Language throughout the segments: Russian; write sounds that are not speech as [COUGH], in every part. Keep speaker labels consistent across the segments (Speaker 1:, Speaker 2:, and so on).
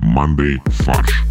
Speaker 1: командой «Фарш».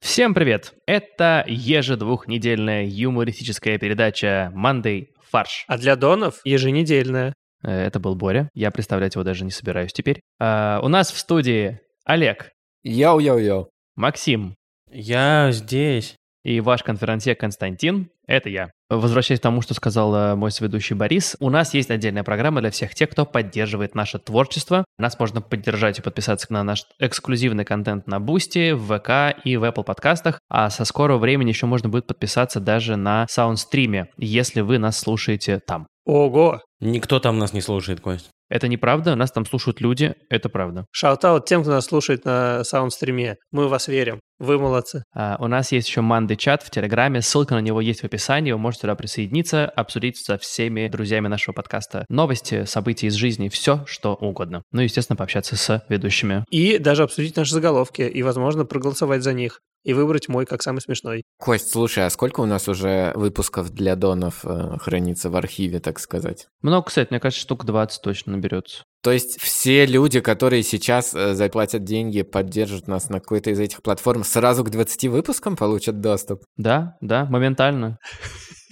Speaker 2: Всем привет! Это ежедвухнедельная юмористическая передача «Мандей фарш».
Speaker 3: А для донов еженедельная.
Speaker 2: Э, Это был Боря. Я представлять его даже не собираюсь теперь. А, у нас в студии Олег,
Speaker 4: Йоу-йоу-йоу.
Speaker 2: Максим
Speaker 5: Я здесь.
Speaker 2: и ваш конферансье Константин. Это я. Возвращаясь к тому, что сказал э, мой сведущий Борис, у нас есть отдельная программа для всех тех, кто поддерживает наше творчество. Нас можно поддержать и подписаться на наш эксклюзивный контент на Бусти, в ВК и в Apple подкастах, а со скорого времени еще можно будет подписаться даже на саундстриме, если вы нас слушаете там.
Speaker 3: Ого!
Speaker 5: Никто там нас не слушает, Кость.
Speaker 2: Это неправда, нас там слушают люди, это правда.
Speaker 3: Шаутаут тем, кто нас слушает на саундстриме. Мы в вас верим. Вы молодцы.
Speaker 2: А, У нас есть еще манды чат в Телеграме, ссылка на него есть в описании, вы можете туда присоединиться, обсудить со всеми друзьями нашего подкаста новости, события из жизни, все, что угодно. Ну и, естественно, пообщаться с ведущими.
Speaker 3: И даже обсудить наши заголовки и, возможно, проголосовать за них. И выбрать мой как самый смешной.
Speaker 4: Кость, слушай, а сколько у нас уже выпусков для донов э, хранится в архиве, так сказать?
Speaker 2: Много, кстати, мне кажется, штук 20 точно наберется.
Speaker 4: То есть все люди, которые сейчас э, заплатят деньги, поддержат нас на какой-то из этих платформ, сразу к 20 выпускам получат доступ?
Speaker 2: Да, да, моментально.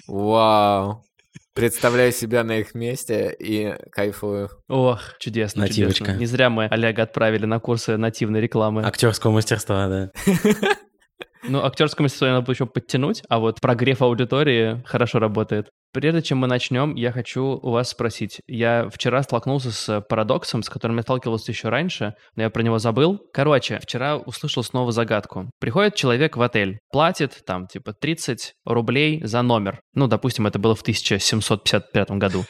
Speaker 4: Вау. Представляю себя на их месте и кайфую.
Speaker 2: Ох, чудесно,
Speaker 5: Нативочка.
Speaker 2: чудесно. Не зря мы Олега отправили на курсы нативной рекламы.
Speaker 5: Актерского мастерства, да.
Speaker 2: Ну, актерскому мастерству надо бы еще подтянуть, а вот прогрев аудитории хорошо работает. Прежде чем мы начнем, я хочу у вас спросить. Я вчера столкнулся с э, парадоксом, с которым я сталкивался еще раньше, но я про него забыл. Короче, вчера услышал снова загадку. Приходит человек в отель, платит там типа 30 рублей за номер. Ну, допустим, это было в 1755 году.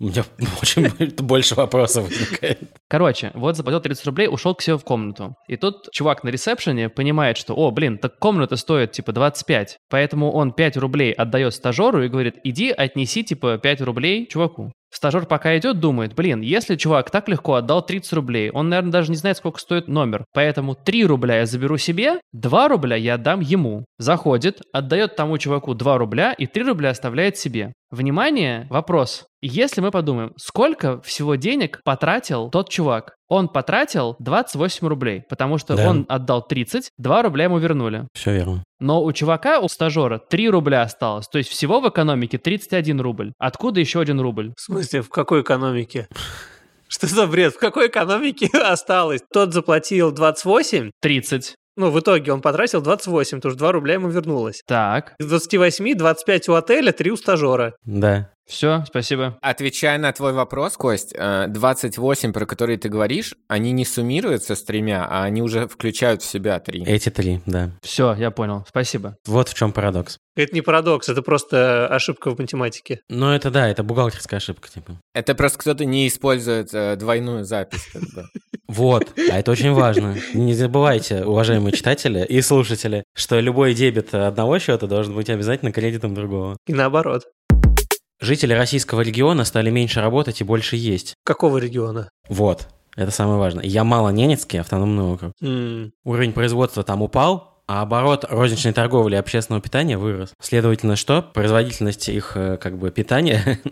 Speaker 5: У меня очень [LAUGHS] больше вопросов возникает.
Speaker 2: Короче, вот заплатил 30 рублей, ушел к себе в комнату. И тут чувак на ресепшене понимает, что, о, блин, так комната стоит, типа, 25. Поэтому он 5 рублей отдает стажеру и говорит, иди, отнеси, типа, 5 рублей чуваку. Стажер пока идет, думает, блин, если чувак так легко отдал 30 рублей, он, наверное, даже не знает, сколько стоит номер. Поэтому 3 рубля я заберу себе, 2 рубля я отдам ему. Заходит, отдает тому чуваку 2 рубля и 3 рубля оставляет себе. Внимание, вопрос. Если мы подумаем, сколько всего денег потратил тот чувак? Он потратил 28 рублей, потому что
Speaker 5: Да.
Speaker 2: он отдал 30, 2 рубля ему вернули.
Speaker 5: Все верно.
Speaker 2: Но у чувака, у стажера, 3 рубля осталось. То есть всего в экономике 31 рубль. Откуда еще один рубль?
Speaker 3: В смысле, в какой экономике? [LAUGHS] Что за бред? В какой экономике [LAUGHS] осталось? Тот заплатил 28,
Speaker 2: 30.
Speaker 3: ну, в итоге он потратил 28, потому что 2 рубля ему вернулось.
Speaker 2: Так,
Speaker 3: Из 28, 25 у отеля, 3 у стажера.
Speaker 5: Да.
Speaker 2: все, спасибо.
Speaker 4: Отвечая на твой вопрос, Кость, э, 28, про которые ты говоришь, они не суммируются с тремя, а они уже включают в себя три.
Speaker 5: Эти три, да.
Speaker 2: Все, я понял, спасибо.
Speaker 5: Вот в чем парадокс.
Speaker 3: Это не парадокс, это просто ошибка в математике.
Speaker 5: Но это да, это бухгалтерская ошибка, типа.
Speaker 4: Это просто кто-то не использует э, двойную запись. как бы.
Speaker 5: Вот, а это очень важно. Не забывайте, уважаемые читатели и слушатели, что любой дебет одного счета должен быть обязательно кредитом другого.
Speaker 3: И наоборот.
Speaker 5: Жители российского региона стали меньше работать и больше есть.
Speaker 3: Какого региона?
Speaker 5: Вот, это самое важное. Я мало ненецкий автономный округ.
Speaker 3: М,
Speaker 5: Уровень производства там упал, а оборот розничной торговли и общественного питания вырос. Следовательно, что? Производительность их э, как бы питания... [LAUGHS]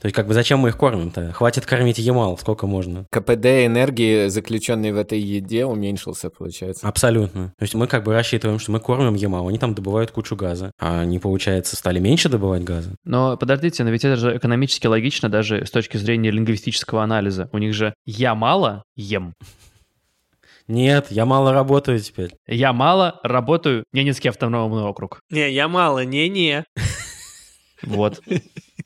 Speaker 5: То есть как бы зачем мы их кормим-то? Хватит кормить Ямал, сколько можно.
Speaker 4: КПД энергии, заключенный в этой еде, уменьшился,
Speaker 5: А.
Speaker 4: получается.
Speaker 5: Абсолютно. То есть мы как бы рассчитываем, что мы кормим Ямал, они там добывают кучу газа. А они, получается, стали меньше добывать газа.
Speaker 2: Но подождите, но ведь это же экономически логично даже с точки зрения лингвистического анализа. У них же «я мало ем»,
Speaker 5: Нет, я мало работаю теперь.
Speaker 2: «я мало работаю Ненецкий автономный округ».
Speaker 3: Не, я мало, не-не.
Speaker 2: Вот.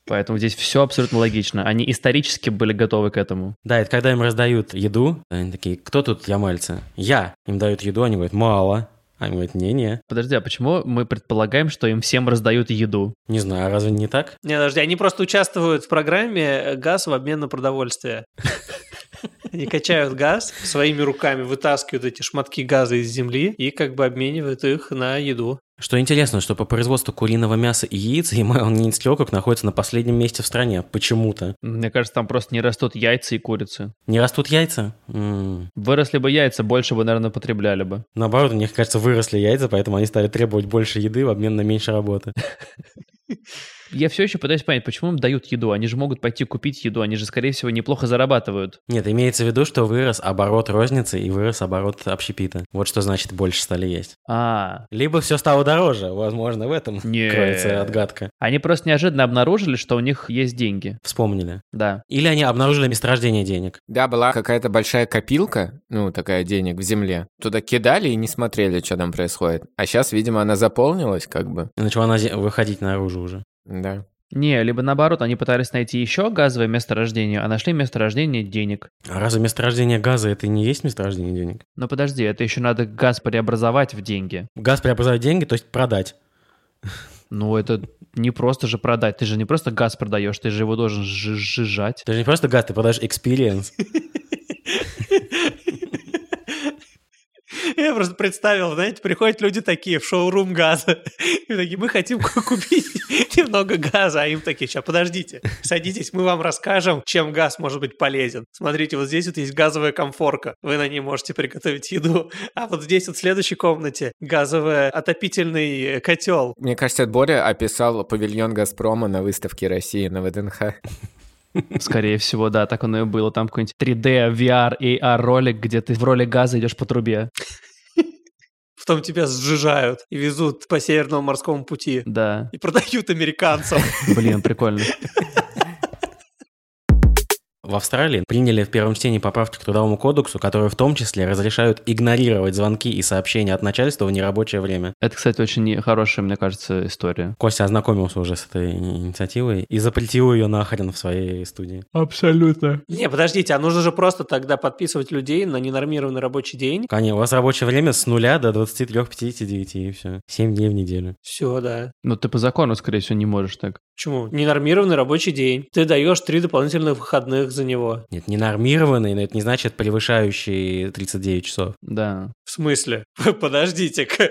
Speaker 2: Поэтому здесь все абсолютно логично. Они исторически были готовы к этому.
Speaker 5: Да, это когда им раздают еду, они такие, кто тут ямальцы? Я. Им дают еду, они говорят, мало. Они говорят, не-не.
Speaker 2: Подожди, а почему мы предполагаем, что им всем раздают еду?
Speaker 5: Не знаю, разве не так?
Speaker 3: Не, подожди, они просто участвуют в программе э, «Газ в обмен на продовольствие». Они качают газ своими руками, вытаскивают эти шматки газа из земли и как бы обменивают их на еду.
Speaker 5: Что интересно, что по производству куриного мяса и яиц Ямал Ненецкий округ находится на последнем месте в стране. Почему-то.
Speaker 2: Мне кажется, там просто не растут яйца и курицы.
Speaker 5: Не растут яйца? М.
Speaker 2: Выросли бы яйца, больше бы, наверное, потребляли бы.
Speaker 5: Наоборот, у них, кажется, выросли яйца, поэтому они стали требовать больше еды в обмен на меньше работы.
Speaker 2: Я все еще пытаюсь понять, почему им дают еду. Они же могут пойти купить еду, они же, скорее всего, неплохо зарабатывают.
Speaker 5: [LAUGHS] Нет, имеется в виду, что вырос оборот розницы и вырос оборот общепита. Вот что значит больше стали есть.
Speaker 2: А,
Speaker 5: Либо все стало дороже, возможно, в этом [LAUGHS]
Speaker 2: Нет.
Speaker 5: кроется отгадка.
Speaker 2: они просто неожиданно обнаружили, что у них есть деньги.
Speaker 5: Вспомнили.
Speaker 2: Да.
Speaker 5: Или они обнаружили месторождение денег.
Speaker 4: Да, была какая-то большая копилка, ну, такая денег в земле. Туда кидали и не смотрели, что там происходит. А сейчас, видимо, она заполнилась как бы.
Speaker 5: И начала она зе- выходить наружу уже.
Speaker 4: Да.
Speaker 2: Не, либо наоборот, они пытались найти еще газовое месторождение, а нашли месторождение денег.
Speaker 5: А разве месторождение газа это и не есть месторождение денег?
Speaker 2: Но подожди, это еще надо газ преобразовать в деньги.
Speaker 5: Газ преобразовать деньги, то есть продать.
Speaker 2: Ну, это не просто же продать. Ты же не просто газ продаешь, ты же его должен жи- сжижать.
Speaker 5: Ты же не просто газ, ты продаешь experience.
Speaker 3: [LAUGHS] Я просто представил, знаете, приходят люди такие в шоурум газа. [LAUGHS] И такие, мы хотим ку- [LAUGHS] купить немного газа. А им такие, сейчас подождите, садитесь, мы вам расскажем, чем газ может быть полезен. Смотрите, вот здесь вот есть газовая комфорка. Вы на ней можете приготовить еду. А вот здесь вот в следующей комнате газовый отопительный э, котел.
Speaker 4: Мне кажется, Боря описал павильон «Газпрома» на выставке России на ВДНХ.
Speaker 2: Скорее всего, да, так оно и было. Там какой-нибудь 3D, VR, AR ролик, где ты в роли газа идешь по трубе.
Speaker 3: Потом тебя сжижают и везут по Северному морскому пути.
Speaker 2: Да,
Speaker 3: И продают американцам.
Speaker 2: блин, прикольно.
Speaker 5: В Австралии приняли в первом чтении поправки к Трудовому кодексу, которые в том числе разрешают игнорировать звонки и сообщения от начальства в нерабочее время.
Speaker 2: Это, кстати, очень хорошая, мне кажется, история.
Speaker 5: Костя ознакомился уже с этой инициативой и запретил ее нахрен в своей студии.
Speaker 2: Абсолютно.
Speaker 3: Не, подождите, а нужно же просто тогда подписывать людей на ненормированный рабочий день.
Speaker 5: Конечно, у вас рабочее время с нуля до 23.59 и все. 7 дней в неделю.
Speaker 3: Все, да.
Speaker 2: Ну, ты по закону, скорее всего, не можешь так.
Speaker 3: Почему? Ненормированный рабочий день. Ты даешь три дополнительных выходных за него.
Speaker 5: Нет, не нормированный, но это не значит превышающий 39 часов.
Speaker 2: Да.
Speaker 3: В смысле? [LAUGHS] Подождите-ка.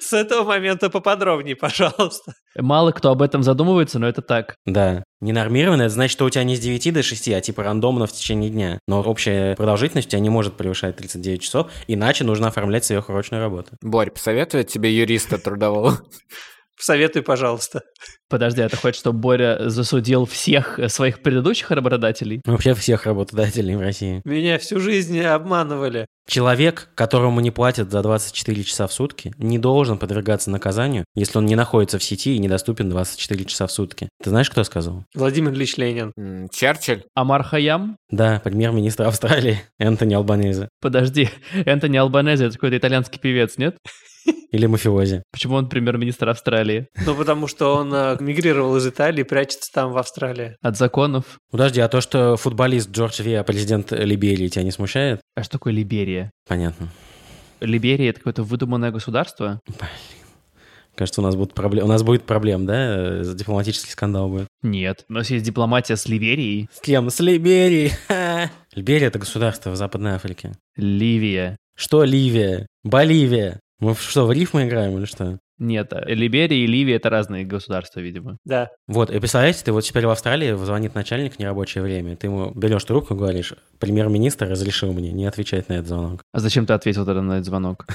Speaker 3: С этого момента поподробнее, пожалуйста.
Speaker 2: Мало кто об этом задумывается, но это так.
Speaker 5: Да. Ненормированный, это значит, что у тебя не с 9 до 6, а типа рандомно в течение дня. Но общая продолжительность у тебя не может превышать 39 часов, иначе нужно оформлять сверхурочную работу.
Speaker 4: Борь, посоветует тебе юриста трудового? [LAUGHS]
Speaker 3: Советуй, пожалуйста.
Speaker 2: Подожди, а ты хочешь, чтобы Боря засудил всех э, своих предыдущих работодателей?
Speaker 5: Ну, Вообще всех работодателей в России.
Speaker 3: Меня всю жизнь обманывали.
Speaker 5: Человек, которому не платят за 24 часа в сутки, не должен подвергаться наказанию, если он не находится в сети и недоступен 24 часа в сутки. Ты знаешь, кто сказал?
Speaker 3: Владимир Ильич Ленин.
Speaker 4: М, Черчилль?
Speaker 2: Амар Хаям?
Speaker 5: Да, премьер-министр Австралии [LAUGHS] Энтони Албанезе.
Speaker 2: Подожди, [LAUGHS] Энтони Албанезе, это какой-то итальянский певец, нет?
Speaker 5: Или мафиози.
Speaker 2: Почему он премьер-министр Австралии?
Speaker 3: Ну, потому что он э, мигрировал из Италии и прячется там, в Австралии.
Speaker 2: От законов?
Speaker 5: Подожди, а то, что футболист Джордж Виа президент Либерии, тебя не смущает?
Speaker 2: А что такое Либерия?
Speaker 5: Понятно.
Speaker 2: Либерия — это какое-то выдуманное государство?
Speaker 5: Кажется, у нас будут проблемы. У нас будет проблем, да? Э, Дипломатический скандал будет.
Speaker 2: Нет. У нас есть дипломатия с Ливерией.
Speaker 5: С кем? С Либерией. [LAUGHS] Ха! Либерия — это государство в Западной Африке.
Speaker 2: Ливия.
Speaker 5: Что Ливия? Боливия. Мы в- что, в рифмы играем или что?
Speaker 2: Нет, а Либерия и Ливия — это разные государства, видимо.
Speaker 3: Да.
Speaker 5: Вот, и представляете, ты вот теперь в Австралии звонит начальник в нерабочее время, ты ему берешь трубку и говоришь, премьер-министр разрешил мне не отвечать на этот звонок.
Speaker 2: А зачем ты ответил тогда на этот звонок?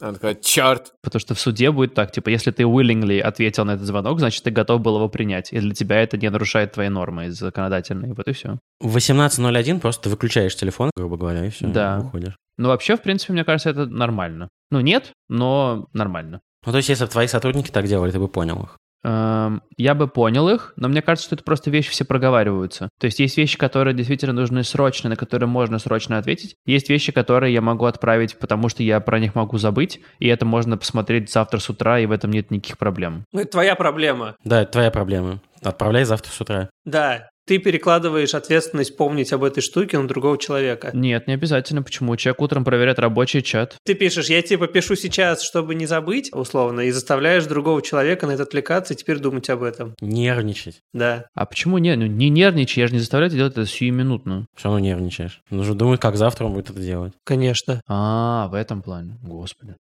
Speaker 4: Он такой, черт,
Speaker 2: Потому что в суде будет так, типа, если ты willingly ответил на этот звонок, значит, ты готов был его принять. И для тебя это не нарушает твои нормы законодательные. Вот и все.
Speaker 5: В 18.01 просто ты выключаешь телефон, грубо говоря, и все,
Speaker 2: Да.
Speaker 5: уходишь.
Speaker 2: Ну, вообще, в принципе, мне кажется, это нормально. Ну, нет, но нормально.
Speaker 5: Ну, то есть, если бы твои сотрудники так делали, ты бы понял их.
Speaker 2: Эм, Я бы понял их, но мне кажется, что это просто вещи все проговариваются. То есть есть вещи, которые действительно нужны срочно, на которые можно срочно ответить. Есть вещи, которые я могу отправить, потому что я про них могу забыть, и это можно посмотреть завтра с утра, и в этом нет никаких проблем.
Speaker 3: Ну, это твоя проблема.
Speaker 5: Да, это твоя проблема. Отправляй завтра с утра.
Speaker 3: Да, ты перекладываешь ответственность помнить об этой штуке на другого человека.
Speaker 2: Нет, не обязательно. Почему? Человек утром проверяет рабочий чат.
Speaker 3: Ты пишешь, я типа пишу сейчас, чтобы не забыть, условно, и заставляешь другого человека на это отвлекаться и теперь думать об этом.
Speaker 5: Нервничать.
Speaker 3: Да.
Speaker 2: А почему не? Ну, не нервничай, я же не заставляю тебя делать это сиюминутно.
Speaker 5: Все равно нервничаешь. Нужно думать, как завтра он будет это делать.
Speaker 3: Конечно.
Speaker 2: А, в этом плане. Господи.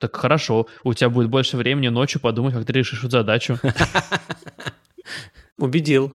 Speaker 2: Так хорошо, у тебя будет больше времени ночью подумать, как ты решишь эту задачу.
Speaker 3: Убедил.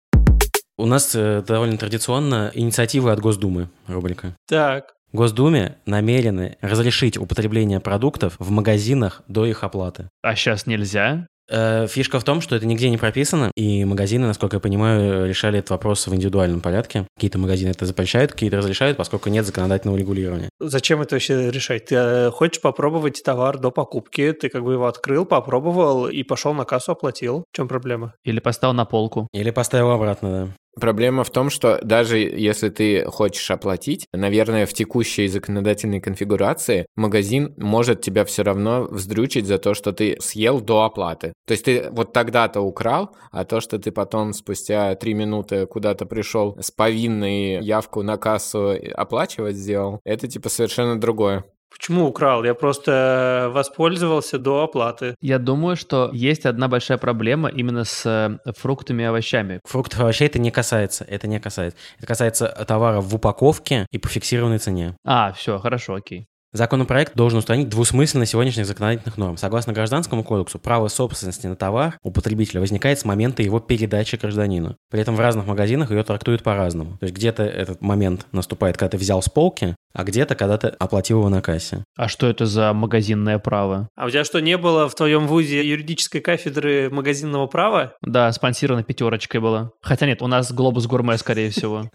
Speaker 5: У нас э, довольно традиционно инициативы от Госдумы рубрика.
Speaker 3: Так.
Speaker 5: Госдуме намерены разрешить употребление продуктов в магазинах до их оплаты.
Speaker 2: А сейчас нельзя?
Speaker 5: Э, Фишка в том, что это нигде не прописано, и магазины, насколько я понимаю, решали этот вопрос в индивидуальном порядке. Какие-то магазины это запрещают, какие-то разрешают, поскольку нет законодательного регулирования.
Speaker 3: Зачем это вообще решать? Ты э, хочешь попробовать товар до покупки, ты как бы его открыл, попробовал и пошел на кассу, оплатил. В чем проблема?
Speaker 2: Или поставил на полку.
Speaker 5: Или поставил обратно, да.
Speaker 4: Проблема в том, что даже если ты хочешь оплатить, наверное, в текущей законодательной конфигурации магазин может тебя все равно вздрючить за то, что ты съел до оплаты. То есть ты вот тогда-то украл, а то, что ты потом спустя три минуты куда-то пришел с повинной явку на кассу оплачивать сделал, это типа совершенно другое.
Speaker 3: Почему украл? Я просто воспользовался до оплаты.
Speaker 2: Я думаю, что есть одна большая проблема именно с э, фруктами и овощами.
Speaker 5: Фруктов и овощей это не касается, это не касается. Это касается товаров в упаковке и по фиксированной цене.
Speaker 2: А, все, хорошо, окей.
Speaker 5: Законопроект должен устранить двусмысленность сегодняшних законодательных норм. Согласно Гражданскому кодексу, право собственности на товар у потребителя возникает с момента его передачи гражданину. При этом в разных магазинах ее трактуют по-разному. То есть где-то этот момент наступает, когда ты взял с полки, а где-то, когда ты оплатил его на кассе.
Speaker 2: А что это за магазинное право?
Speaker 3: А у тебя что, не было в твоем вузе юридической кафедры магазинного права?
Speaker 2: Да, спонсировано пятерочкой было. Хотя нет, у нас глобус гурме, скорее всего.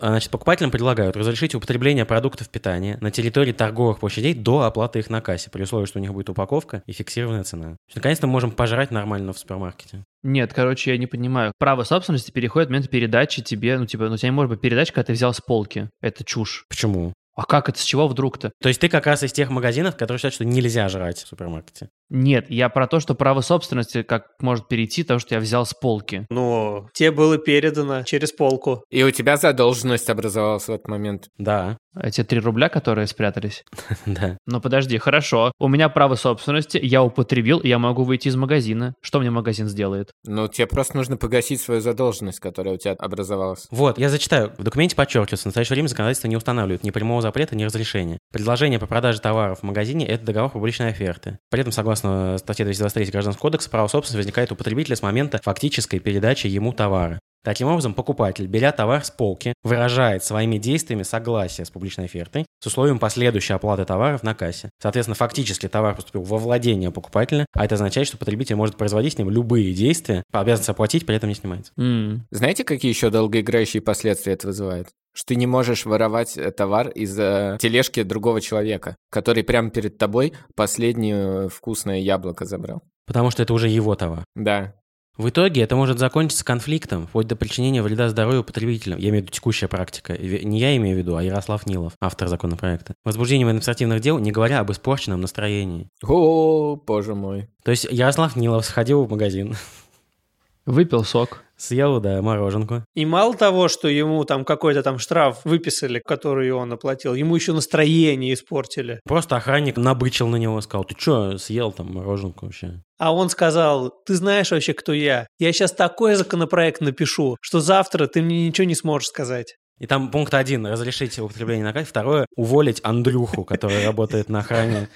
Speaker 5: А, Значит, покупателям предлагают разрешить употребление продуктов питания на территории торговых площадей до оплаты их на кассе, при условии, что у них будет упаковка и фиксированная цена. То есть, Наконец-то мы можем пожрать нормально в супермаркете.
Speaker 2: Нет, короче, я не понимаю. Право собственности переходит в момент передачи тебе, ну, типа, ну, у тебя не может быть передача, когда ты взял с полки. Это чушь.
Speaker 5: Почему?
Speaker 2: А как это, с чего вдруг-то?
Speaker 5: То есть ты как раз из тех магазинов, которые считают, что нельзя жрать в супермаркете.
Speaker 2: Нет, я про то, что право собственности как может перейти, потому что я взял с полки.
Speaker 3: Ну, тебе было передано через полку.
Speaker 4: И у тебя задолженность образовалась в этот момент.
Speaker 5: Да, [LAUGHS]
Speaker 2: А Эти три рубля, которые спрятались.
Speaker 5: да.
Speaker 2: Ну подожди, хорошо. У меня право собственности, я употребил, и я могу выйти из магазина. Что мне магазин сделает?
Speaker 4: Ну, тебе просто нужно погасить свою задолженность, которая у тебя образовалась.
Speaker 5: Вот, я зачитаю. В документе подчеркивается, в настоящее время законодательство не устанавливает ни прямого запрета, ни разрешения. Предложение по продаже товаров в магазине – это договор публичной оферты. При этом, согласно э, статье 223 Гражданского кодекса, право собственности возникает у потребителя с момента фактической передачи ему товара. Таким образом, покупатель, беря товар с полки, выражает своими действиями согласие с публичной офертой с условием последующей оплаты товаров на кассе. Соответственно, фактически товар поступил во владение покупателя, а это означает, что потребитель может производить с ним любые действия, обязанность оплатить при этом не снимается.
Speaker 2: М,
Speaker 4: Знаете, какие еще долгоиграющие последствия это вызывает? Что ты не можешь воровать э, товар из э, тележки другого человека, который прямо перед тобой последнее вкусное яблоко забрал.
Speaker 5: Потому что это уже его товар.
Speaker 4: Да.
Speaker 5: В итоге это может закончиться конфликтом, вплоть до причинения вреда здоровью потребителям. Я имею в виду текущая практика. И ве- Не я имею в виду, а Ярослав Нилов, автор законопроекта. Возбуждением административных дел, не говоря об испорченном настроении.
Speaker 4: О, боже мой.
Speaker 5: То есть Ярослав Нилов сходил в магазин, [LAUGHS]
Speaker 2: Выпил сок.
Speaker 5: съел, да, мороженку.
Speaker 3: И мало того, что ему там какой-то там штраф выписали, который он оплатил, ему еще настроение испортили.
Speaker 5: Просто охранник набычил на него, сказал, ты чё, съел там мороженку вообще?
Speaker 3: А он сказал, ты знаешь вообще, кто я? Я сейчас такой законопроект напишу, что завтра ты мне ничего не сможешь сказать.
Speaker 5: И там пункт один – разрешить употребление на кайф. Второе – уволить Андрюху, который работает на охране.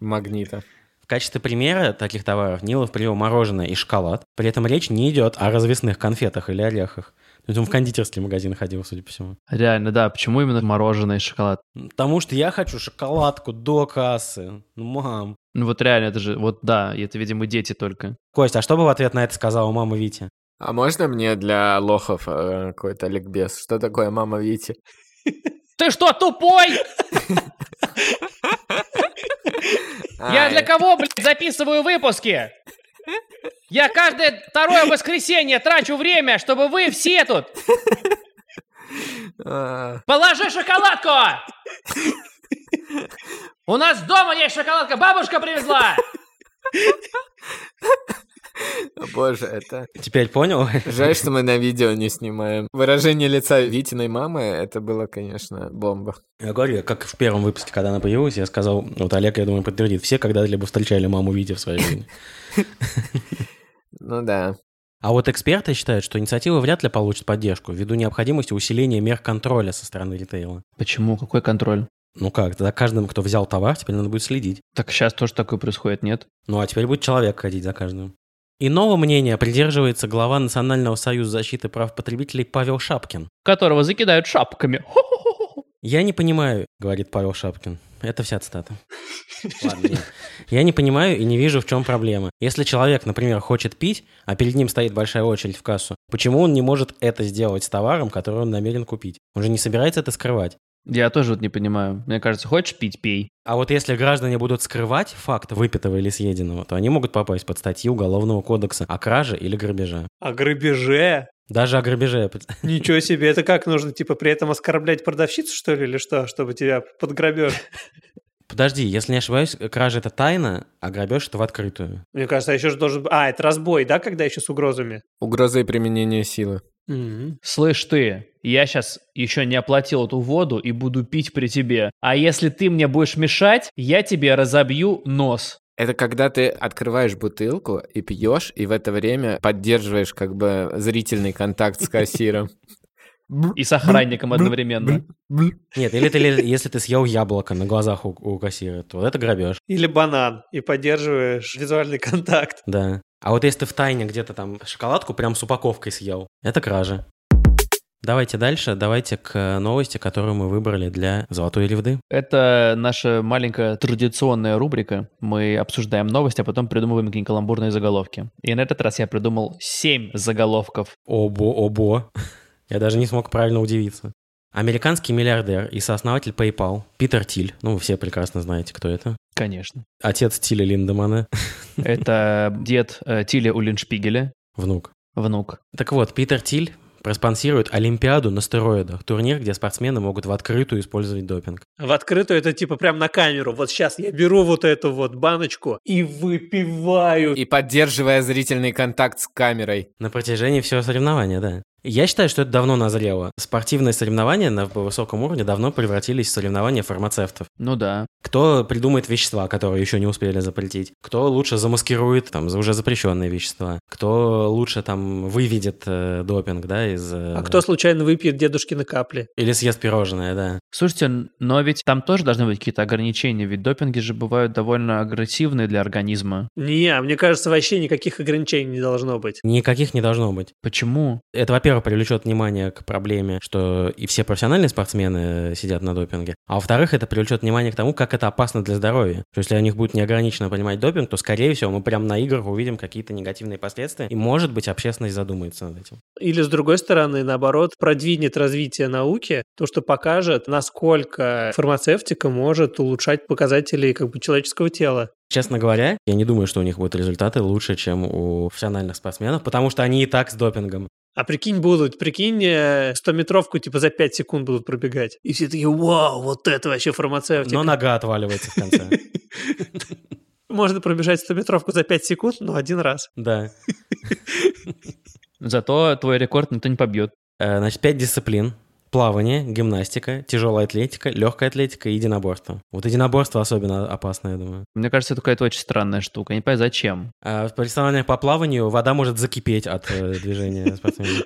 Speaker 4: Магнита.
Speaker 5: В качестве примера таких товаров Нилов привел мороженое и шоколад. При этом речь не идет о развесных конфетах или орехах. То есть он в кондитерский магазин ходил, судя по всему.
Speaker 2: Реально, да. Почему именно мороженое и шоколад?
Speaker 5: Потому что я хочу шоколадку до кассы. Ну, мам.
Speaker 2: Ну вот реально, это же, вот да, и это, видимо, дети только.
Speaker 5: Кость, а что бы в ответ на это сказала мама Вити?
Speaker 4: А можно мне для лохов э, какой-то ликбез? Что такое мама [LAUGHS] Вити?
Speaker 2: Ты что, тупой?
Speaker 4: А,
Speaker 2: кого, блядь, записываю выпуски? Я каждое второе воскресенье трачу время, чтобы вы все тут...
Speaker 4: а,
Speaker 2: Положи шоколадку! У нас дома есть шоколадка, бабушка привезла!
Speaker 4: Боже, это...
Speaker 5: Теперь понял? [LAUGHS]
Speaker 4: Жаль, что мы на видео не снимаем. Выражение лица Витиной мамы, это было, конечно, бомба.
Speaker 5: Я говорю, я как в первом выпуске, когда она появилась, я сказал, вот Олег, я думаю, подтвердит, все когда-либо встречали маму Вити в своей жизни.
Speaker 4: Ну да.
Speaker 5: А вот эксперты считают, что инициатива вряд ли получит поддержку ввиду необходимости усиления мер контроля со стороны ритейла.
Speaker 2: Почему? Какой контроль?
Speaker 5: Ну как, за каждым, кто взял товар, теперь надо будет следить.
Speaker 2: Так сейчас тоже такое происходит, нет?
Speaker 5: Ну а теперь будет человек ходить за каждым. Иного мнения придерживается глава Национального союза защиты прав потребителей Павел Шапкин.
Speaker 2: Которого закидают шапками. [LAUGHS] Хо-хо-хо-хо.
Speaker 5: «Я не понимаю», — говорит Павел Шапкин. Это вся цитата. [LAUGHS] Ладно, нет. Я не понимаю и не вижу, в чем проблема. Если человек, например, хочет пить, а перед ним стоит большая очередь в кассу, почему он не может это сделать с товаром, который он намерен купить? Он же не собирается это скрывать.
Speaker 2: Я тоже вот не понимаю. Мне кажется, хочешь пить, пей.
Speaker 5: А вот если граждане будут скрывать факт выпитого или съеденного, то они могут попасть под статью Уголовного кодекса о краже или грабеже.
Speaker 3: О «А грабеже?
Speaker 5: Даже о грабеже.
Speaker 3: Ничего себе, это как нужно, типа, при этом оскорблять продавщицу, что ли, или что, чтобы тебя под грабеж?
Speaker 5: Подожди, если не ошибаюсь, кража это тайна, а грабеж это в открытую.
Speaker 3: Мне кажется, еще же должен... А, это разбой, да, когда еще с угрозами?
Speaker 4: Угрозой применения силы.
Speaker 3: Мгм.
Speaker 2: Слышь ты, я сейчас еще не оплатил эту воду и буду пить при тебе. А если ты мне будешь мешать, я тебе разобью нос.
Speaker 4: Это когда ты открываешь бутылку и пьешь, и в это время поддерживаешь как бы зрительный контакт с [LAUGHS] кассиром.
Speaker 2: И с охранником одновременно.
Speaker 5: Нет, или ты, или- если ты съел яблоко на глазах у, у кассира, то вот это грабеж.
Speaker 3: Или банан, и поддерживаешь визуальный контакт.
Speaker 5: Да. А вот если ты в тайне где-то там шоколадку прям с упаковкой съел, это кража. Давайте дальше, давайте к э, новости, которую мы выбрали для «Золотой ливды».
Speaker 2: Это наша маленькая традиционная рубрика. Мы обсуждаем новости, а потом придумываем какие-нибудь каламбурные заголовки. И на этот раз я придумал 7 заголовков.
Speaker 5: Обо, обо. Я даже не смог правильно удивиться. Американский миллиардер и сооснователь PayPal Питер Тиль, ну вы все прекрасно знаете, кто это,
Speaker 2: Конечно.
Speaker 5: отец Тиля Линдемана, [LAUGHS]
Speaker 2: Это дед э, Тиля Уллиншпигеля,
Speaker 5: внук.
Speaker 2: внук.
Speaker 5: Так вот, Питер Тиль проспонсирует Олимпиаду на стероидах, турнир, где спортсмены могут в открытую использовать допинг.
Speaker 3: В открытую это типа прям на камеру. Вот сейчас я беру вот эту вот баночку и выпиваю.
Speaker 4: И поддерживая зрительный контакт с камерой.
Speaker 5: На протяжении всего соревнования, да. Я считаю, что это давно назрело. Спортивные соревнования на высоком уровне давно превратились в соревнования фармацевтов.
Speaker 2: Ну да.
Speaker 5: Кто придумает вещества, которые еще не успели запретить? Кто лучше замаскирует там за- уже запрещенные вещества? Кто лучше там выведет э, допинг, да, из... э,
Speaker 3: А кто случайно выпьет дедушкины капли?
Speaker 5: Или съест пирожное, да.
Speaker 2: Слушайте, но ведь там тоже должны быть какие-то ограничения, ведь допинги же бывают довольно агрессивные для организма.
Speaker 3: Не, а мне кажется, вообще никаких ограничений не должно быть.
Speaker 5: Никаких не должно быть.
Speaker 2: Почему?
Speaker 5: Это, во-первых, привлечет внимание к проблеме, что и все профессиональные спортсмены э, сидят на допинге. А во-вторых, это привлечет внимание к тому, как это опасно для здоровья. То есть, если у них будет неограниченно понимать допинг, то, скорее всего, мы прям на играх увидим какие-то негативные последствия. И, может быть, общественность задумается над этим.
Speaker 3: Или, с другой стороны, наоборот, продвинет развитие науки, то, что покажет, насколько фармацевтика может улучшать показатели как бы, человеческого тела.
Speaker 5: Честно говоря, я не думаю, что у них будут результаты лучше, чем у профессиональных спортсменов, потому что они и так с допингом.
Speaker 3: А прикинь, будут, прикинь, э, 100-метровку типа за 5 секунд будут пробегать. И все такие, вау, вот это вообще фармацевтика.
Speaker 5: Но нога отваливается в конце.
Speaker 3: Можно пробежать 100-метровку за 5 секунд, но один раз.
Speaker 5: Да.
Speaker 2: Зато твой рекорд никто не побьет.
Speaker 5: Э, Значит, пять дисциплин. Плавание, гимнастика, тяжелая атлетика, легкая атлетика и единоборство. Вот единоборство особенно опасно, я думаю.
Speaker 2: Мне кажется, это какая-то очень странная штука. Я не понимаю, зачем.
Speaker 5: А в соревнованиях по плаванию вода может закипеть от э, движения спортсмена.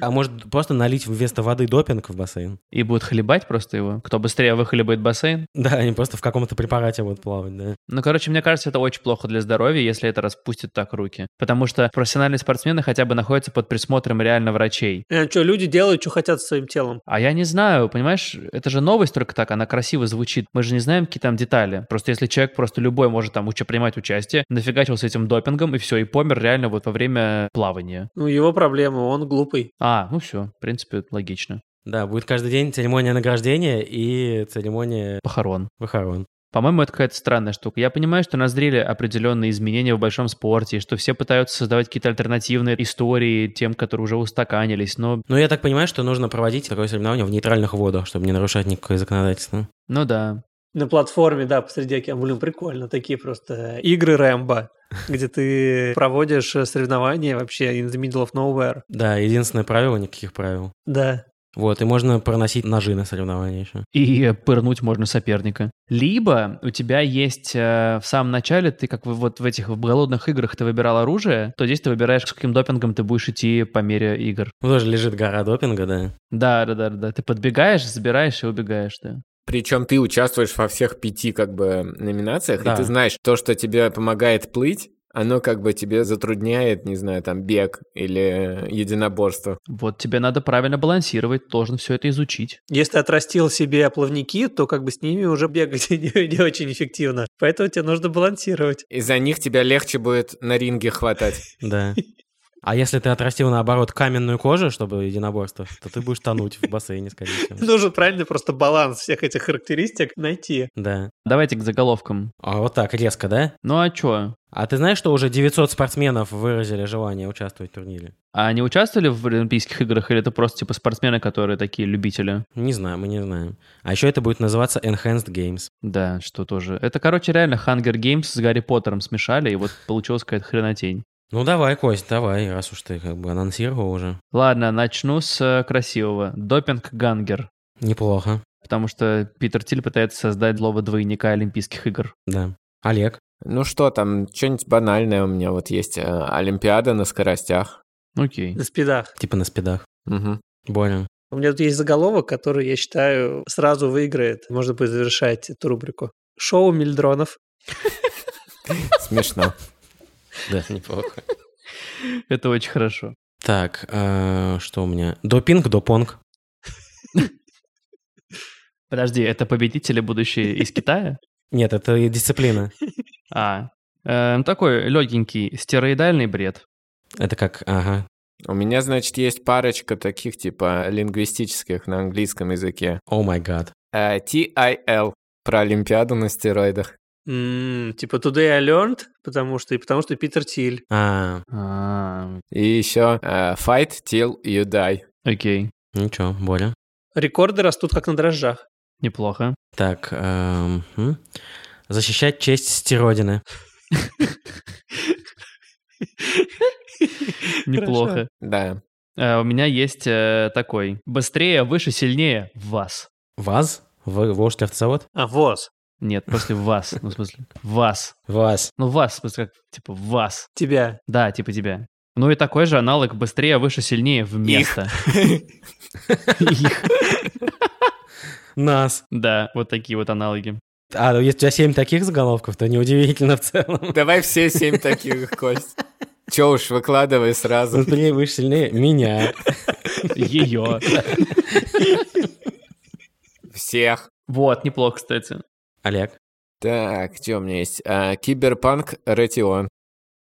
Speaker 5: А может просто налить вместо воды допинг в бассейн?
Speaker 2: И будут хлебать просто его. Кто быстрее выхлебает бассейн.
Speaker 5: Да, они просто в каком-то препарате будут плавать, да.
Speaker 2: Ну, короче, мне кажется, это очень плохо для здоровья, если это распустит так руки. Потому что профессиональные спортсмены хотя бы находятся под присмотром реально врачей.
Speaker 3: что, Э, люди делают, что хотят со своим телом.
Speaker 2: А я не знаю, понимаешь, это же новость только так, она красиво звучит. Мы же не знаем, какие там детали. Просто если человек просто любой может там уча принимать участие, нафигачился этим допингом, и все, и помер реально вот во время плавания.
Speaker 3: Ну, его проблема, он глупый.
Speaker 2: А, ну все, в принципе, это логично.
Speaker 5: Да, будет каждый день церемония награждения и церемония
Speaker 2: Похорон.
Speaker 5: похорон.
Speaker 2: По-моему, это какая-то странная штука. Я понимаю, что назрели определенные изменения в большом спорте, и что все пытаются создавать какие-то альтернативные истории тем, которые уже устаканились, но...
Speaker 5: Но я так понимаю, что нужно проводить такое соревнование в нейтральных водах, чтобы не нарушать никакое законодательство.
Speaker 2: Ну да.
Speaker 3: На платформе, да, посреди океана. Блин, прикольно, такие просто игры Рэмбо, где ты проводишь э, соревнования вообще in the middle of nowhere.
Speaker 5: Да, единственное правило, никаких правил.
Speaker 3: Да.
Speaker 5: Вот, и можно проносить ножи на соревнования еще.
Speaker 2: И пырнуть можно соперника. Либо у тебя есть э, в самом начале, ты как в- вот в этих в голодных играх ты выбирал оружие, то здесь ты выбираешь, с каким допингом ты будешь идти по мере игр.
Speaker 5: Ну, Тоже лежит гора допинга, да.
Speaker 2: Да, да, да, да. Ты подбегаешь, забираешь и убегаешь, да.
Speaker 4: Причем ты участвуешь во всех пяти как бы номинациях,
Speaker 5: Да.
Speaker 4: и ты знаешь, то, что тебе помогает плыть, оно как бы тебе затрудняет, не знаю, там, бег или единоборство.
Speaker 2: Вот тебе надо правильно балансировать, должен все это изучить.
Speaker 3: Если отрастил себе плавники, то как бы с ними уже бегать [LAUGHS] не, не очень эффективно. Поэтому тебе нужно балансировать.
Speaker 4: Из-за них тебя легче будет на ринге хватать.
Speaker 5: Да. А если ты отрастил, наоборот, каменную кожу, чтобы единоборство, то ты будешь тонуть в бассейне, скорее
Speaker 3: [LAUGHS]
Speaker 5: всего.
Speaker 3: Нужен правильный просто баланс всех этих характеристик найти.
Speaker 5: Да.
Speaker 2: Давайте к заголовкам.
Speaker 5: А вот так резко, да?
Speaker 2: Ну а чё?
Speaker 5: А ты знаешь, что уже 900 спортсменов выразили желание участвовать в турнире?
Speaker 2: А они участвовали в Олимпийских играх, или это просто типа спортсмены, которые такие любители?
Speaker 5: Не знаю, мы не знаем. А еще это будет называться Enhanced Games.
Speaker 2: Да, что тоже. Это, короче, реально Hunger Games с Гарри Поттером смешали, и вот получилась какая-то хренотень.
Speaker 5: Ну давай, Кость, давай, раз уж ты как бы анонсировал уже.
Speaker 2: Ладно, начну с э, красивого. Допинг-гангер.
Speaker 5: Неплохо,
Speaker 2: Потому что Питер Тиль пытается создать злого двойника Олимпийских игр.
Speaker 5: да. Олег,
Speaker 4: [LAUGHS] Ну что там, что-нибудь банальное у меня вот есть. э, Олимпиада на скоростях.
Speaker 2: Ну
Speaker 3: [LAUGHS]
Speaker 2: Окей.
Speaker 3: На спидах.
Speaker 5: типа на спидах.
Speaker 4: Мгм.
Speaker 5: Понял.
Speaker 3: У меня тут есть заголовок, который, я считаю, сразу выиграет. Можно будет завершать эту рубрику. Шоу Мильдронов.
Speaker 4: Смешно.
Speaker 5: [LAUGHS] Да, неплохо.
Speaker 2: Это очень хорошо.
Speaker 5: Так, э, что у меня? Допинг, допонг.
Speaker 2: Подожди, это победители будущие из Китая?
Speaker 5: Нет, это и дисциплина.
Speaker 2: А, э, такой легенький стероидальный бред.
Speaker 5: Это как, ага.
Speaker 4: У меня, значит, есть парочка таких типа лингвистических на английском языке.
Speaker 5: О май гад.
Speaker 4: Э, TIL про Олимпиаду на стероидах.
Speaker 3: М, Типа Today I learned, потому что и потому что Питер Тиль.
Speaker 5: А,
Speaker 2: А,
Speaker 4: И еще э, Fight Till You Die.
Speaker 2: окей,
Speaker 5: ничего, более.
Speaker 3: Рекорды растут как на дрожжах.
Speaker 2: неплохо.
Speaker 5: Так, эм, м. защищать честь стеродины.
Speaker 2: Неплохо.
Speaker 4: Да.
Speaker 2: Э, у меня есть э, такой. Быстрее, выше, сильнее. Вас.
Speaker 5: ВАЗ? В- Волжский автозавод?
Speaker 3: А, ВОЗ.
Speaker 2: Нет, после вас. Ну, в смысле, вас.
Speaker 5: ВАЗ.
Speaker 2: Ну, вас, в смысле, как, типа, вас.
Speaker 3: Тебя.
Speaker 2: Да, типа тебя. Ну и такой же аналог быстрее, выше, сильнее вместо. Их.
Speaker 5: НАС.
Speaker 2: Да, вот такие вот аналоги.
Speaker 5: А, ну, если у тебя семь таких заголовков, то неудивительно в целом.
Speaker 4: Давай все семь таких, [LAUGHS] Кость. Че уж, выкладывай сразу.
Speaker 5: Быстрее, выше, сильнее. Меня.
Speaker 2: Ее.
Speaker 4: Всех.
Speaker 2: Вот, неплохо, кстати.
Speaker 5: Олег.
Speaker 4: Так, что у меня есть? А, киберпанк Ратион.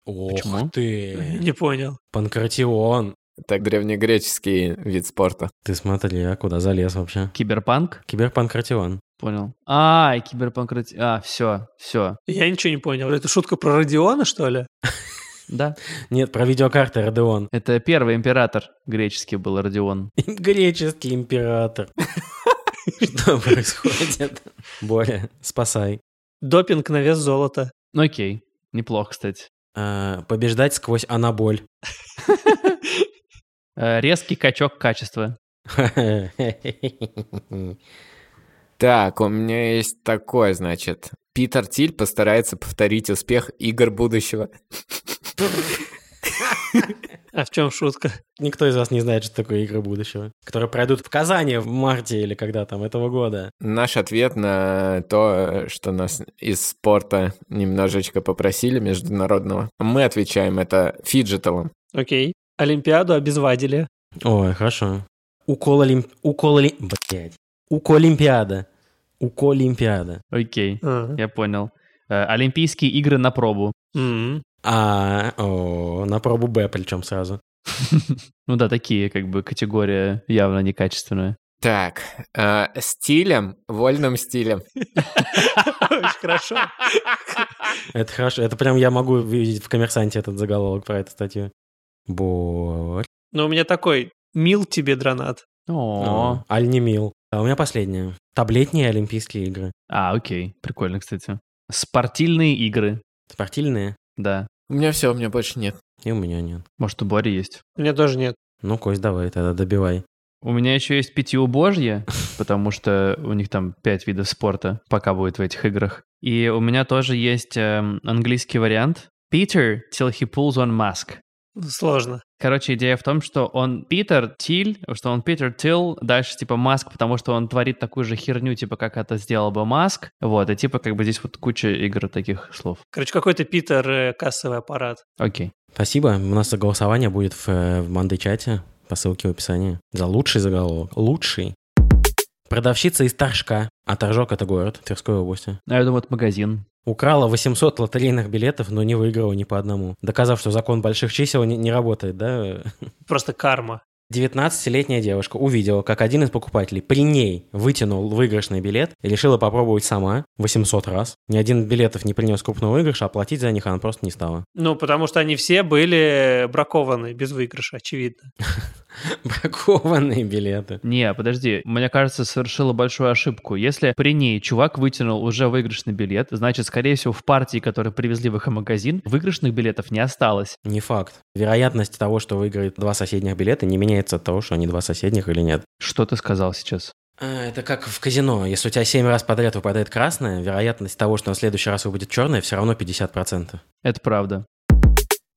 Speaker 2: Почему?
Speaker 5: Ох ты.
Speaker 3: Не понял.
Speaker 5: Панкратион.
Speaker 4: Так древнегреческий вид спорта.
Speaker 5: Ты смотри, а куда залез вообще?
Speaker 2: Киберпанк?
Speaker 5: Киберпанкратион.
Speaker 2: Понял. А, киберпанк... рати- А, все, все.
Speaker 3: Я ничего не понял. Это шутка про Родиона, что ли?
Speaker 2: Да.
Speaker 5: Нет, про видеокарты Родеон.
Speaker 2: Это первый император греческий был Родион.
Speaker 5: [LAUGHS] Греческий император. [LAUGHS] Что происходит? Боря, спасай.
Speaker 3: Допинг на вес золота.
Speaker 2: Ну окей, неплохо, кстати.
Speaker 5: А, Побеждать сквозь анаболь. [LAUGHS]
Speaker 2: Э, Резкий качок качества.
Speaker 4: Так, у меня есть такое, значит. Питер Тиль постарается повторить успех игр будущего.
Speaker 3: А в чем шутка?
Speaker 5: Никто из вас не знает, что такое игры будущего, которые пройдут в Казани в марте или когда там этого года.
Speaker 4: Наш ответ на то, что нас из спорта немножечко попросили международного. Мы отвечаем это фиджиталом.
Speaker 3: Окей. Олимпиаду обезвадили.
Speaker 5: Ой, хорошо. Укол олимп... Укол оли- Блядь. Уколимпиада. Уколимпиада.
Speaker 2: Окей,
Speaker 3: А.
Speaker 2: я понял. Э, Олимпийские игры на пробу.
Speaker 3: М.
Speaker 5: А, о, на пробу Б причем сразу.
Speaker 2: Ну да, такие как бы категория явно некачественная.
Speaker 4: Так, э, стилем, вольным стилем.
Speaker 3: Очень хорошо.
Speaker 5: Это хорошо. Это прям я могу видеть в коммерсанте этот заголовок про эту статью. Борь.
Speaker 3: Но у меня такой мил тебе дронат.
Speaker 2: О,
Speaker 5: Аль не мил. А у меня последнее. Таблетние Олимпийские игры.
Speaker 2: а окей, прикольно, кстати. Спортивные игры,
Speaker 5: Спортивные?
Speaker 2: да.
Speaker 4: У меня все, у меня больше нет.
Speaker 5: И у меня нет.
Speaker 2: Может, у Бори есть.
Speaker 3: У меня тоже нет.
Speaker 5: Ну, Кость, давай тогда добивай.
Speaker 2: У меня еще есть [LAUGHS] пятиубожье, потому что у них там пять видов спорта пока будет в этих играх. И у меня тоже есть эм, английский вариант. Peter till he pulls on mask.
Speaker 3: Сложно.
Speaker 2: Короче, идея в том, что он Питер Тиль, что он Питер Тилл, дальше типа Маск, потому что он творит такую же херню, типа как это сделал бы Маск. Вот, и типа как бы здесь вот куча игр таких слов.
Speaker 3: Короче, какой-то Питер э, кассовый аппарат.
Speaker 2: Окей.
Speaker 5: Спасибо. У нас голосование будет в, э, в Мандай-чате по ссылке в описании. За лучший заголовок. Лучший. Продавщица из Торжка, а Торжок — это город Тверской области,
Speaker 2: А я думаю, это магазин.
Speaker 5: украла 800 лотерейных билетов, но не выиграла ни по одному, доказав, что закон больших чисел не, не работает, да?
Speaker 3: Просто карма.
Speaker 5: 19-летняя девушка увидела, как один из покупателей при ней вытянул выигрышный билет и решила попробовать сама 800 раз. Ни один билетов не принес крупного выигрыша, а платить за них она просто не стала. [LAUGHS]
Speaker 3: Ну, потому что они все были бракованы без выигрыша, очевидно.
Speaker 5: Бракованные билеты.
Speaker 2: Не, подожди, мне кажется, совершила большую ошибку. Если при ней чувак вытянул уже выигрышный билет, значит, скорее всего, в партии, которые привезли в их магазин, выигрышных билетов не осталось.
Speaker 5: Не факт. Вероятность того, что выиграет два соседних билета, не меняется от того, что они два соседних или нет.
Speaker 2: Что ты сказал сейчас?
Speaker 5: А, Это как в казино. Если у тебя 7 раз подряд выпадает красное, вероятность того, что на следующий раз выпадет черное, все равно 50%.
Speaker 2: Это правда.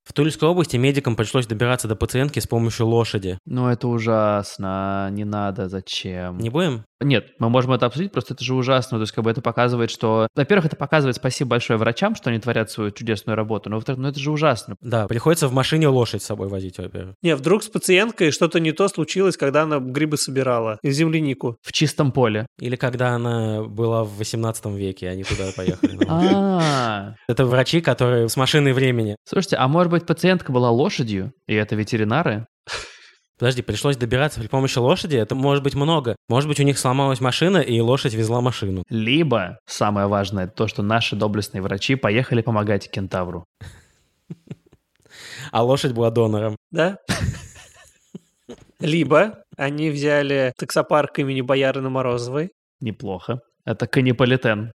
Speaker 5: В Тульской области медикам пришлось добираться до пациентки с помощью лошади.
Speaker 2: Ну, это ужасно, не надо, зачем?
Speaker 5: Не будем?
Speaker 2: Нет, мы можем это обсудить, просто это же ужасно. То есть, как бы это показывает, что... Во-первых, это показывает спасибо большое врачам, что они творят свою чудесную работу, но во-вторых, ну это же ужасно.
Speaker 5: Да, приходится в машине лошадь с собой возить, во-первых.
Speaker 3: Не, вдруг с пациенткой что-то не то случилось, когда она грибы собирала и землянику.
Speaker 2: В чистом поле.
Speaker 5: Или когда она была в 18 веке, они туда поехали. на лошади.
Speaker 2: А,
Speaker 5: Это врачи, которые с машиной времени.
Speaker 2: [LAUGHS] слушайте, а может быть пациентка была лошадью, и это ветеринары?
Speaker 5: Подожди, пришлось добираться при помощи лошади? Это может быть много. Может быть, у них сломалась машина, и лошадь везла машину.
Speaker 2: Либо, самое важное, то, что наши доблестные врачи поехали помогать кентавру.
Speaker 5: А лошадь была донором.
Speaker 3: да? Либо они взяли таксопарк имени Боярина Морозовой.
Speaker 2: Неплохо. Это канниполитен.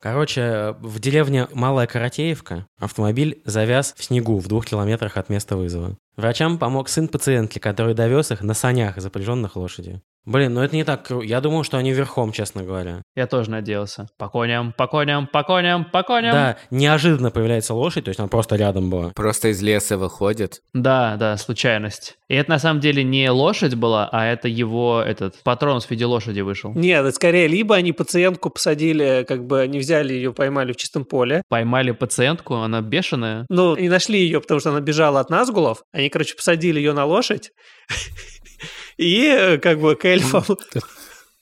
Speaker 5: Короче, в деревне Малая Каратеевка автомобиль завяз в снегу в двух километрах от места вызова. Врачам помог сын пациентки, который довез их на санях, запряженных лошадью. Блин, ну это не так круто. Я думал, что они верхом, честно говоря.
Speaker 2: Я тоже надеялся. По коням, по коням, по коням, по коням.
Speaker 5: Да, неожиданно появляется лошадь, то есть она просто рядом была.
Speaker 4: Просто из леса выходит.
Speaker 2: Да, да, случайность. И это на самом деле не лошадь была, а это его этот патрон в виде лошади вышел.
Speaker 3: Нет, это скорее либо они пациентку посадили, как бы они взяли ее, поймали в чистом поле.
Speaker 2: Поймали пациентку, она бешеная.
Speaker 3: Ну, и нашли ее, потому что она бежала от Назгулов. Они, короче, посадили ее на лошадь. [LAUGHS] И э, как бы к эльфам.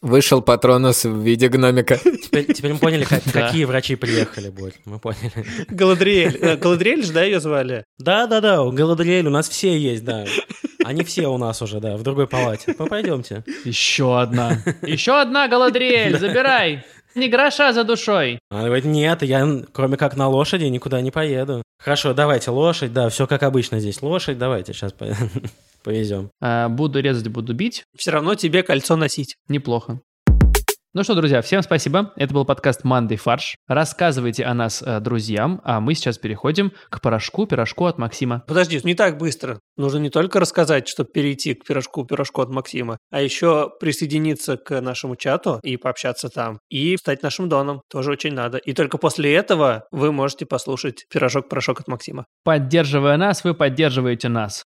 Speaker 4: Вышел патронус в виде гномика.
Speaker 5: Теперь, теперь мы поняли, как-
Speaker 2: Да.
Speaker 5: какие врачи приехали, Борь. Мы поняли.
Speaker 3: Галадриэль. э, Галадриэль же, да, ее звали?
Speaker 5: Да-да-да, у Галадриэль у нас все есть, да. Они все у нас уже, да, в другой палате. Ну, пойдемте.
Speaker 2: Еще одна. [LAUGHS] Еще одна, Галадриэль, забирай. Ни гроша за душой.
Speaker 5: Она говорит, нет, я кроме как на лошади никуда не поеду. Хорошо, давайте лошадь, да, все как обычно здесь. Лошадь, давайте, сейчас [LAUGHS] повезем.
Speaker 2: А, буду резать, буду бить.
Speaker 3: Все равно тебе кольцо носить.
Speaker 2: Неплохо. Ну что, друзья, всем спасибо. Это был подкаст «Мандай фарш». Рассказывайте о нас э, друзьям, а мы сейчас переходим к порошку-пирожку от Максима.
Speaker 3: Подожди, не так быстро. Нужно не только рассказать, чтобы перейти к пирожку пирожку от Максима, а еще присоединиться к нашему чату и пообщаться там. И стать нашим доном. Тоже очень надо. И только после этого вы можете послушать пирожок-порошок от Максима.
Speaker 2: Поддерживая нас, вы поддерживаете нас.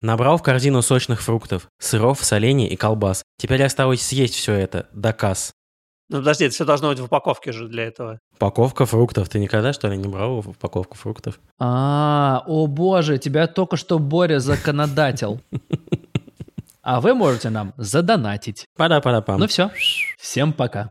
Speaker 5: Набрал в корзину сочных фруктов, сыров, солений и колбас. Теперь осталось съесть все это до касс.
Speaker 3: Ну, подожди, это все должно быть в упаковке же для этого.
Speaker 5: Упаковка фруктов. Ты никогда, что ли, не брал упаковку фруктов?
Speaker 2: А, о боже, тебя только что Боря законодател. А вы можете нам задонатить.
Speaker 5: Пада-пада-пам.
Speaker 2: Ну все, всем пока.